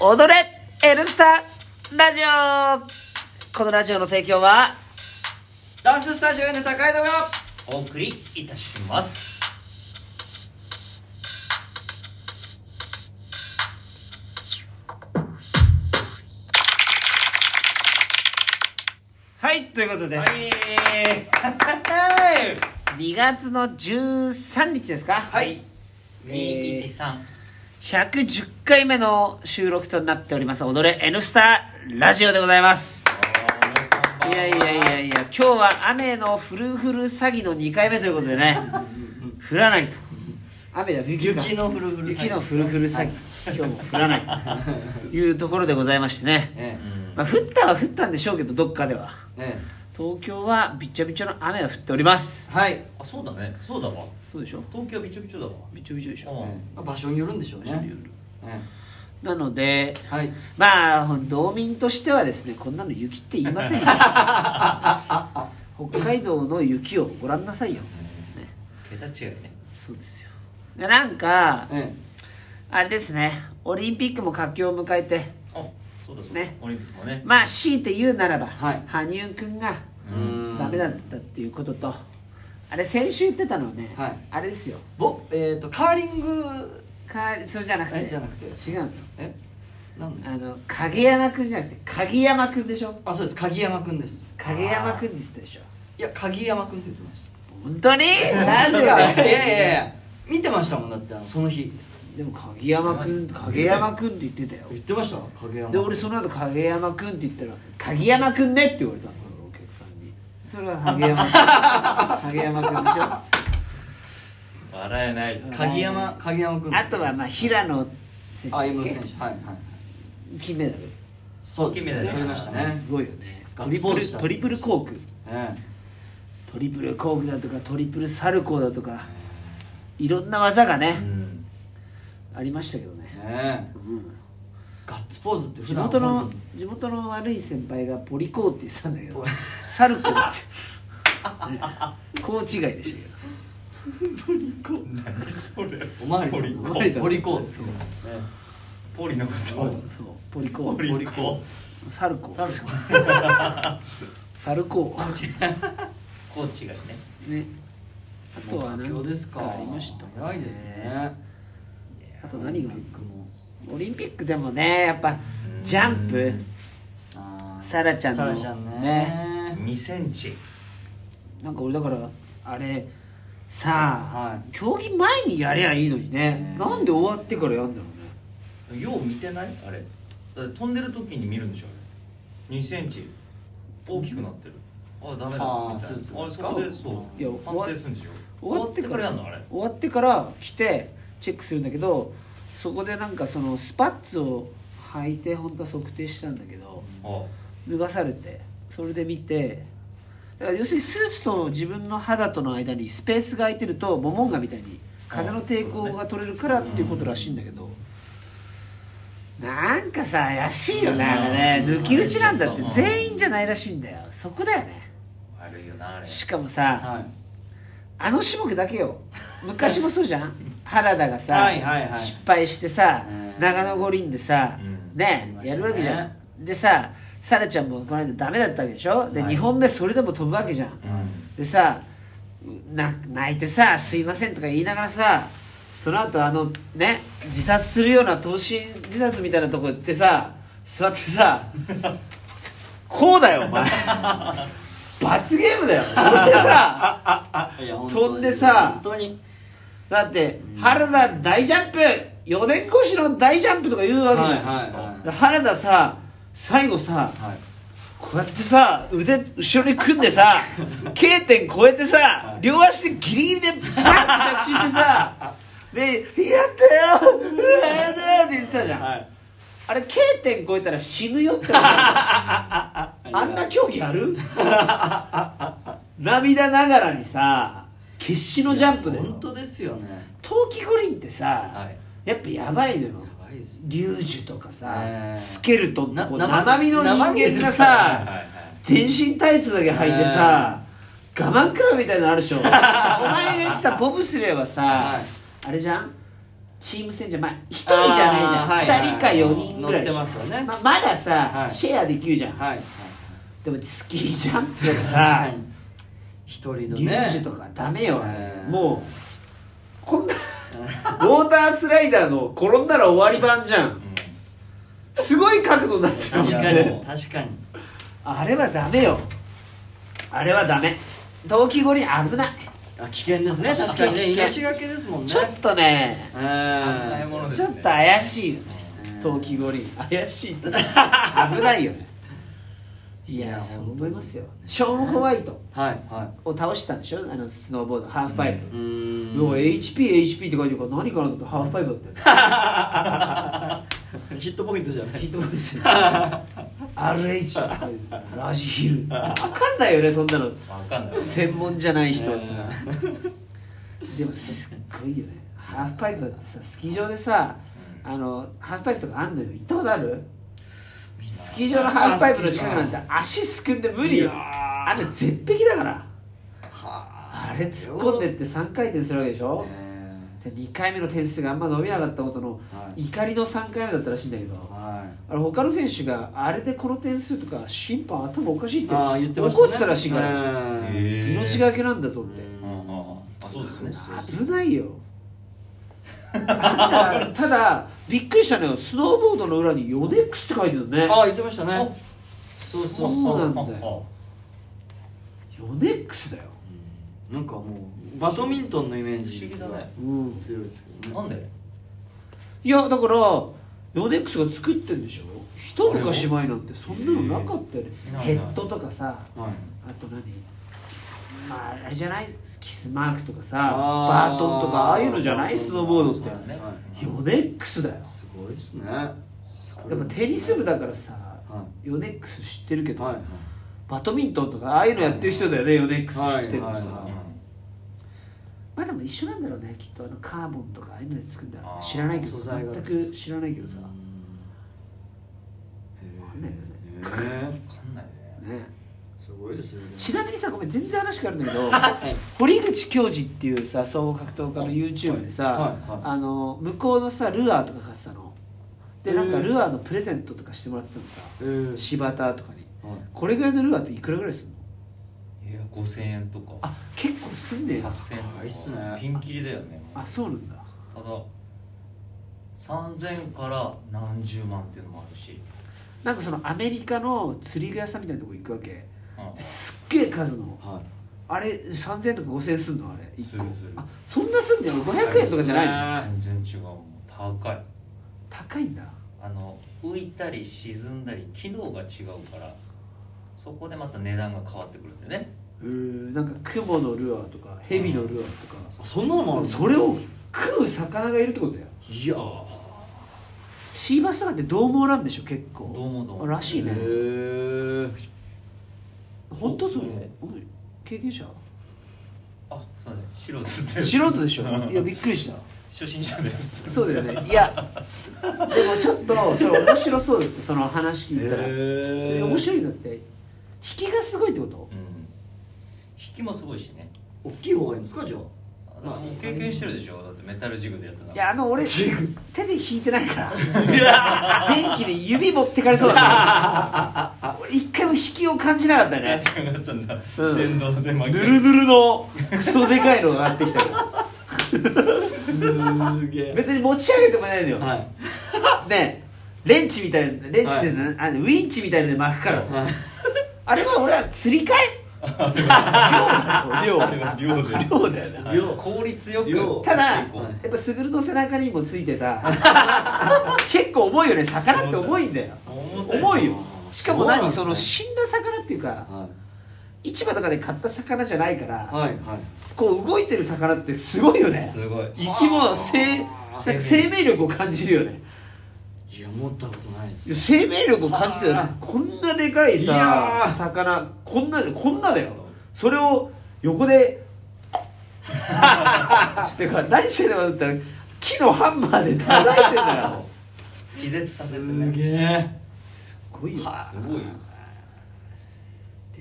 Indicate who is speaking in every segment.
Speaker 1: 踊れ「N スタ」ラジオこのラジオの提供は
Speaker 2: ダンススタジオ N 高井戸がお送りいたします
Speaker 1: はいということで、
Speaker 2: はい
Speaker 1: 2月の13日ですか
Speaker 2: はい213
Speaker 1: 110回目の収録となっております「踊れ N スタ」ラジオでございますいやいやいやいや今日は雨のフルフル詐欺の2回目ということで ね降らないと雨だ雪が
Speaker 2: 雪のフルフル詐欺
Speaker 1: 雪のフルフル詐欺今日も降らないというところでございましてね、
Speaker 3: ね
Speaker 1: まあ、降ったは降ったんでしょうけどどっかでは
Speaker 3: ね
Speaker 1: 東京はびっちゃびちゃの雨が降っております
Speaker 3: はい、
Speaker 2: あそうだねそうだわ
Speaker 1: そうでしょ
Speaker 2: 東京びちょびちょだわ
Speaker 1: びちゃびちゃでしょ
Speaker 2: うん
Speaker 3: まあ場所によるんでしょうね、ね
Speaker 1: なので
Speaker 3: はい
Speaker 1: まあ道民としてはですねこんなの雪って言いませ んよ北海道の雪をご覧なさいよ、ね、
Speaker 2: 桁違いね
Speaker 1: そうですよでなんか
Speaker 3: ね
Speaker 1: あれですねオリンピックも佳境を迎えて
Speaker 2: あそうだそうだ
Speaker 1: ね
Speaker 2: オリンピックもね
Speaker 1: まあ強いて言うならば、
Speaker 3: はい
Speaker 1: 羽生君が
Speaker 3: う
Speaker 1: ダメだったっていうこととあれ先週言ってたのはね、
Speaker 3: はい
Speaker 1: あれですよ
Speaker 3: ぼえっ、とカーリング
Speaker 1: かそれじゃなくて
Speaker 3: えじゃなくて
Speaker 1: 違うの
Speaker 3: えなん
Speaker 1: あの影山君じゃなくて鍵山君でしょ
Speaker 3: あそうです鍵山くんです
Speaker 1: 影山君って言ってたでしょ
Speaker 3: いや鍵山くんって言ってました
Speaker 1: 本当にラジオ
Speaker 3: いやいやい
Speaker 1: で
Speaker 3: やいや見てましたもんだってあのその日
Speaker 1: でも影山君影山君って言ってたよ
Speaker 3: 言ってました鍵山
Speaker 1: で俺その後影山君って言ったら「影山君ね」って言われたのお客さんにそれは影山 君影山君でしょ
Speaker 2: 笑えない
Speaker 3: 鍵山鍵山くんで
Speaker 1: あ
Speaker 3: す
Speaker 1: とはまあ平野選手
Speaker 3: あ
Speaker 1: だっけ
Speaker 3: 山選手はいはい
Speaker 1: 金メダル
Speaker 3: そうですね
Speaker 2: 金メダル
Speaker 3: 取りましたね
Speaker 1: すごいよね
Speaker 3: ガッツポーズした
Speaker 1: トリプルトリプルコーク
Speaker 3: え
Speaker 1: トリプルコークだとかトリプルサルコーだとかいろんな技がね
Speaker 2: う、ん
Speaker 1: ありましたけど
Speaker 3: え
Speaker 1: ね、
Speaker 3: ねえ
Speaker 1: うん、
Speaker 3: ガッツポーズって
Speaker 1: 地
Speaker 3: 普段
Speaker 1: 元の地元の悪い先輩がポリコーって言ってたんだけどサルコー ってコー違いでしたけど
Speaker 2: 何それ
Speaker 3: おまわりさん
Speaker 2: ポリコ
Speaker 3: のポリコポリコ
Speaker 1: そう
Speaker 3: え
Speaker 2: ポリのこ
Speaker 1: そう
Speaker 2: と
Speaker 1: ポリコ
Speaker 2: ポ
Speaker 1: ー
Speaker 2: リコ
Speaker 1: サルコー
Speaker 3: えサルコ
Speaker 1: サルコー
Speaker 2: コーチがね
Speaker 1: ねあとは
Speaker 3: 佳境ですか
Speaker 1: 何かありました
Speaker 3: 早いですね
Speaker 1: あと何が
Speaker 3: オリンピックも
Speaker 1: オリンピックでもねやっぱジャンプ
Speaker 3: あー
Speaker 1: サラちゃんの
Speaker 3: サラちゃんね
Speaker 1: ね
Speaker 2: 2センチ
Speaker 1: なんか俺だからあれさあ、
Speaker 3: は
Speaker 1: 競技前にやりゃいいのにね、
Speaker 3: ね
Speaker 1: なんで終わってからやんだろうね
Speaker 2: よう見てないあれだって飛んでる時に見るんでしょあれ2センチ大きくなってるあダメだ
Speaker 3: あー
Speaker 2: みた
Speaker 3: ス
Speaker 2: い
Speaker 3: ーツ
Speaker 2: なあれそ
Speaker 3: ですか
Speaker 2: こでそ
Speaker 1: いや
Speaker 2: う判定するんでしょ
Speaker 1: 終わってから
Speaker 2: 終わやんのあれ
Speaker 1: 終わってから来てチェックするんだけどそこでなんかそのスパッツを履いて本当は測定したんだけど
Speaker 2: あ
Speaker 1: 脱がされてそれで見てだから要するにスーツと自分の肌との間にスペースが空いてるとモモンガみたいに風の抵抗が取れるからっていうことらしいんだけど、なんかさ怪しいよねあれね
Speaker 2: う
Speaker 1: 抜
Speaker 2: ん
Speaker 1: き打ちなんだって全員じゃないらしいんだよそこだよね
Speaker 2: 悪いよなあれ
Speaker 1: しかもさ、
Speaker 3: はい
Speaker 1: あの種目だけ よ昔もそうじゃん原田がさ、
Speaker 3: はいはいはい
Speaker 1: 失敗してさ
Speaker 3: うん
Speaker 1: 長野五輪でさ、
Speaker 2: うん
Speaker 3: あり
Speaker 1: ね
Speaker 3: ましたね
Speaker 1: やるわけじゃん、でさサラちゃんもこの間ダメだったわけでしょで、
Speaker 2: はい
Speaker 1: 2本目それでも飛ぶわけじゃん、
Speaker 2: うん
Speaker 1: でさな泣いてさ「すいません」とか言いながらさその後あのね自殺するような投身自殺みたいなとこ行ってさ座って さこうだよお前罰ゲームだよそれでさ
Speaker 3: あいや本当に
Speaker 1: 飛んでさ
Speaker 3: 本当に
Speaker 1: だって原田大ジャンプ4年越しの大ジャンプとか言うわけじゃん、
Speaker 3: はいはいはい
Speaker 1: で原田さ最後さ
Speaker 3: はい
Speaker 1: こうやってさ腕後ろに組んで さ K 点超えてさ、
Speaker 3: い
Speaker 1: 両足でギリギリでバッて着地して さで「やったようわやだよ」って言ってたじゃん、
Speaker 3: はい
Speaker 1: あれ K 点超えたら死ぬよって思う あんな競技ある涙ながらにさ決死のジャンプで
Speaker 3: 本当ですよね
Speaker 1: 冬季五輪ってさ、
Speaker 2: はい
Speaker 1: やっぱやばいのよ
Speaker 3: やばいです
Speaker 1: リュージュとかさ、
Speaker 3: ねえ
Speaker 1: スケルトンのこう
Speaker 3: な
Speaker 1: 生身の
Speaker 3: 生身
Speaker 1: 人間がさ、
Speaker 2: はいはい
Speaker 1: 全身タイツだけ履いてさ、我 慢クラブみたいなのあるでしょお前が言ってたボブスレーはさ、
Speaker 3: はい
Speaker 1: あれじゃんチーム戦じゃまあ1人じゃないじゃん、
Speaker 3: あーはい
Speaker 1: 2人か4人ぐらい
Speaker 3: 乗ってますよね
Speaker 1: ままださ、
Speaker 3: はい
Speaker 1: シェアできるじゃん、
Speaker 3: はいはい
Speaker 1: でもスキージャンプとか
Speaker 3: は
Speaker 1: さ
Speaker 3: い一人の
Speaker 1: リュ
Speaker 3: ね
Speaker 1: ージュとかダメよ、
Speaker 3: えー
Speaker 1: もうこんなウォータースライダーの転んだら終わり版じゃんすごい角度になってるもん
Speaker 3: 確か
Speaker 2: いや
Speaker 3: に
Speaker 2: もう
Speaker 3: 確かに
Speaker 1: あれはダメよあれはダメ冬季五輪危ない
Speaker 3: あ危険ですね確かにね
Speaker 1: 危険
Speaker 3: 命がけですもんね
Speaker 1: ちょっとね
Speaker 3: え
Speaker 2: ない
Speaker 3: ー
Speaker 2: ものです
Speaker 1: ち
Speaker 2: ね
Speaker 1: ょっと怪しいよね
Speaker 3: うん
Speaker 1: 冬季五輪怪しいって危ないよねい
Speaker 3: い
Speaker 1: や
Speaker 3: や
Speaker 1: そう思いますよショーン・ホワイト
Speaker 3: はいは
Speaker 1: を倒したんでしょあのスノーボードハーフパイプ
Speaker 3: いう、
Speaker 1: う
Speaker 3: ーん
Speaker 1: もう HPHP って書いてるから何かなと思ったらハーフパイプだったよ
Speaker 3: ヒットポイントじゃない
Speaker 1: 聞いてもらってし RH とかラジヒルわかんないよねそんなの
Speaker 2: 分かんない
Speaker 1: 専門じゃない人はさ
Speaker 3: え
Speaker 1: でもすっごいよねハーフパイプだってさスキー場でさあのハーフパイプとかあんのよ行ったことあるスキー場のハーフパイプの近くなんて足すくんで無理よ
Speaker 3: いやー
Speaker 1: あの絶壁だから
Speaker 3: は
Speaker 1: あれ突っ込んでって3回転するわけでしょで2回目の点数があんま伸びなかったことの
Speaker 3: はい
Speaker 1: 怒りの3回目だったらしいんだけど、
Speaker 3: はい
Speaker 1: あれ他の選手があれでこの点数とか審判頭おかしいって
Speaker 3: ああ言ってました
Speaker 1: 怒ってたらしいから、
Speaker 3: ね
Speaker 2: へー
Speaker 1: 命がけなんだぞって、
Speaker 2: うんうんうんあそうですね
Speaker 1: 危ないよあんたただびっくりしたのよスノーボードの裏にヨネックスって書いてるのね
Speaker 3: ああ言ってましたね
Speaker 1: そうそうなんだよヨネックスだよ、
Speaker 3: なんかもうバドミントンのイメージ
Speaker 2: 不思議だね
Speaker 1: うん、
Speaker 3: 強いですけ
Speaker 2: あ
Speaker 3: ど
Speaker 2: な
Speaker 3: ね
Speaker 2: んで
Speaker 1: いやだからヨネックスが作ってるんでしょ一昔前なんてそんなのなかったよね
Speaker 2: へー
Speaker 1: ヘッドとかさ
Speaker 3: はい
Speaker 1: あと何まああれじゃないキスマークとかさ
Speaker 3: あー
Speaker 1: バートンとかああいうのじゃないスノーボードって
Speaker 2: そうだね
Speaker 1: ヨネックスだよ
Speaker 3: すごいですね
Speaker 1: やっぱテニス部だからさ
Speaker 3: は
Speaker 1: ヨネックス知ってるけ
Speaker 3: い
Speaker 1: ど、
Speaker 3: はい
Speaker 1: バドミントンとかああいうのやってる人だよねヨネックス知ってるのさ、
Speaker 3: はいはいはい
Speaker 1: まあでも一緒なんだろうねきっとあのカーボンとかああいうので作るんだろう
Speaker 2: あ
Speaker 1: ね
Speaker 2: ー
Speaker 1: 知らないけど
Speaker 3: 素材が
Speaker 1: 全く知らないけどさ
Speaker 3: う
Speaker 1: ねわかんないよね
Speaker 3: んへ
Speaker 2: 分かんないね
Speaker 3: すごいですね
Speaker 1: ちなみにさごめん全然話変わるんだけど
Speaker 3: はい
Speaker 1: 堀口教授っていうさ総合格闘家の YouTube でさ、
Speaker 3: はいはい
Speaker 1: あの向こうのさルアーとか買ってたのでなんか
Speaker 3: へー
Speaker 1: ルアーのプレゼントとかしてもらってたのさ
Speaker 3: えー
Speaker 1: 柴田とかに
Speaker 3: はい
Speaker 1: これぐらいのルアーっていくらぐらいするの
Speaker 2: いや5000円とか
Speaker 1: あ結構すんねえな
Speaker 2: 8000円と
Speaker 3: 高
Speaker 2: か
Speaker 3: いっすね
Speaker 2: ピンキリだよね
Speaker 1: あそうなんだ
Speaker 2: ただ3000から何十万っていうのもあるし
Speaker 1: なんかそのアメリカの釣り具屋さんみたいなとこ行くわけ
Speaker 2: うん
Speaker 1: すっげえ数の
Speaker 3: はい
Speaker 1: あれ3000円とか5000円すんのあれ1個
Speaker 2: するする
Speaker 1: あそんなすんねん500円とかじゃないの
Speaker 2: 全然違うもん高い
Speaker 1: 高いんだ
Speaker 2: あの浮いたり沈んだり機能が違うからそこでまた値段が変わってくるんでね
Speaker 1: うーなんか雲のルアーとか蛇のルアーとか、
Speaker 3: あそんなのもある
Speaker 1: それを食う魚がいるってことだよ
Speaker 3: いや
Speaker 1: シーバスとかって獰猛なんでしょ結構
Speaker 2: どうもどうも
Speaker 1: らしいね
Speaker 3: へー
Speaker 1: 本当それ
Speaker 2: そう
Speaker 1: うん経験者
Speaker 2: あすいません白つってる
Speaker 1: 素人でしょ いやびっくりした
Speaker 2: 初心者です
Speaker 1: そうだよねいやでもちょっとそれ面白そうだってその話聞いたら、
Speaker 3: へー
Speaker 1: それ面白いんだって引きがすごいってこと
Speaker 2: うん引きもすごいしね
Speaker 3: 大きい方がいいんですかじゃあ
Speaker 2: あもう経験してるでしょだってメタルジグでやってた
Speaker 1: いやあの俺手
Speaker 3: ジ
Speaker 1: で
Speaker 3: グ
Speaker 1: 引いてないから電気で指持ってかれそうだった俺一回も引きを感じなかった
Speaker 2: やっ
Speaker 1: ね
Speaker 2: てなかったんだ、
Speaker 1: うん
Speaker 2: 電動で巻
Speaker 1: ぬ
Speaker 2: き
Speaker 1: るぬるのクソでかいのが上がってきたから
Speaker 3: すげ
Speaker 1: 別に持ち上げてもないのよ、
Speaker 3: はい
Speaker 1: ねレンチみたいなレンチってな、あのウィンチみたいなので巻くからさ、
Speaker 3: はい
Speaker 1: あれは俺は釣り替え量
Speaker 2: あれは量で
Speaker 1: 量量だよな
Speaker 2: はい
Speaker 3: 量
Speaker 2: 効率よく
Speaker 3: 量
Speaker 1: ただや
Speaker 2: 結構
Speaker 3: はい
Speaker 1: っぱスグルの背中にもついてた結構重いよね魚って重いんだよ
Speaker 2: 重たい
Speaker 1: 重いよ
Speaker 3: あ
Speaker 1: しかも何
Speaker 3: そ
Speaker 1: そう
Speaker 3: なん
Speaker 1: の
Speaker 3: です
Speaker 1: 死んだ魚っていうか市場とかで買った魚じゃないから、
Speaker 3: はいはい
Speaker 1: こう動いてる魚ってすごいよね
Speaker 2: すごい
Speaker 1: 生き物生
Speaker 2: 生命力
Speaker 1: 生命力を感じるよね
Speaker 3: いや持ったことないですよ
Speaker 1: 生命力を感じてたこんなでかい
Speaker 3: い
Speaker 1: さ
Speaker 3: やー
Speaker 1: 魚こんなでこんなだよ
Speaker 2: そう
Speaker 1: それを横 でつってか何してるのかと思ったら木のハンマーで叩いてんだから
Speaker 2: 気絶させて
Speaker 3: す
Speaker 2: ね
Speaker 3: げえ
Speaker 1: すごいよ
Speaker 2: すごいよ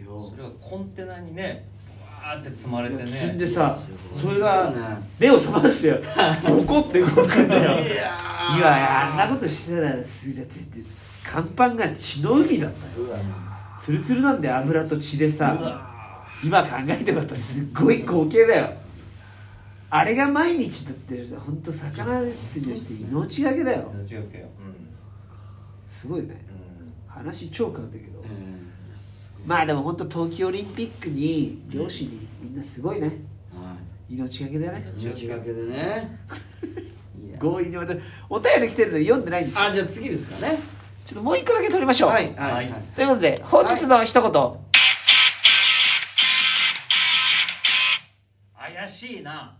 Speaker 1: 量
Speaker 2: それはコンテナにねバーーって積まれて
Speaker 1: 積んで
Speaker 2: ね
Speaker 1: さ
Speaker 3: すご
Speaker 1: そ
Speaker 3: い
Speaker 1: れが
Speaker 3: ですよね
Speaker 1: 目を覚ましてよボコって動くんだよい
Speaker 2: い
Speaker 1: や
Speaker 2: や
Speaker 1: あんなことしてたらすだって甲板が血の海だったよ
Speaker 3: うわ
Speaker 1: ツルツルなんで油と血で
Speaker 2: う
Speaker 1: さ
Speaker 2: わ
Speaker 1: 今考えてもやっぱすっごい光景だよあれが毎日だって本当魚釣りをして命がけだよ
Speaker 2: ー違うけようん
Speaker 1: すごいね話超変わったけど、
Speaker 3: うん
Speaker 1: まあでも本当冬季オリンピックに両親にみんなすごいね
Speaker 3: は
Speaker 1: 命がけだよね
Speaker 3: い命がけでねいや
Speaker 1: 強引にまたお便り来てるのに読んでないんですよ
Speaker 3: あじゃあ次ですかね
Speaker 1: ちょっともう一個だけ取りましょう、
Speaker 3: はいはい
Speaker 2: は
Speaker 3: はいい
Speaker 1: ということで本日の一言、
Speaker 2: 怪しいな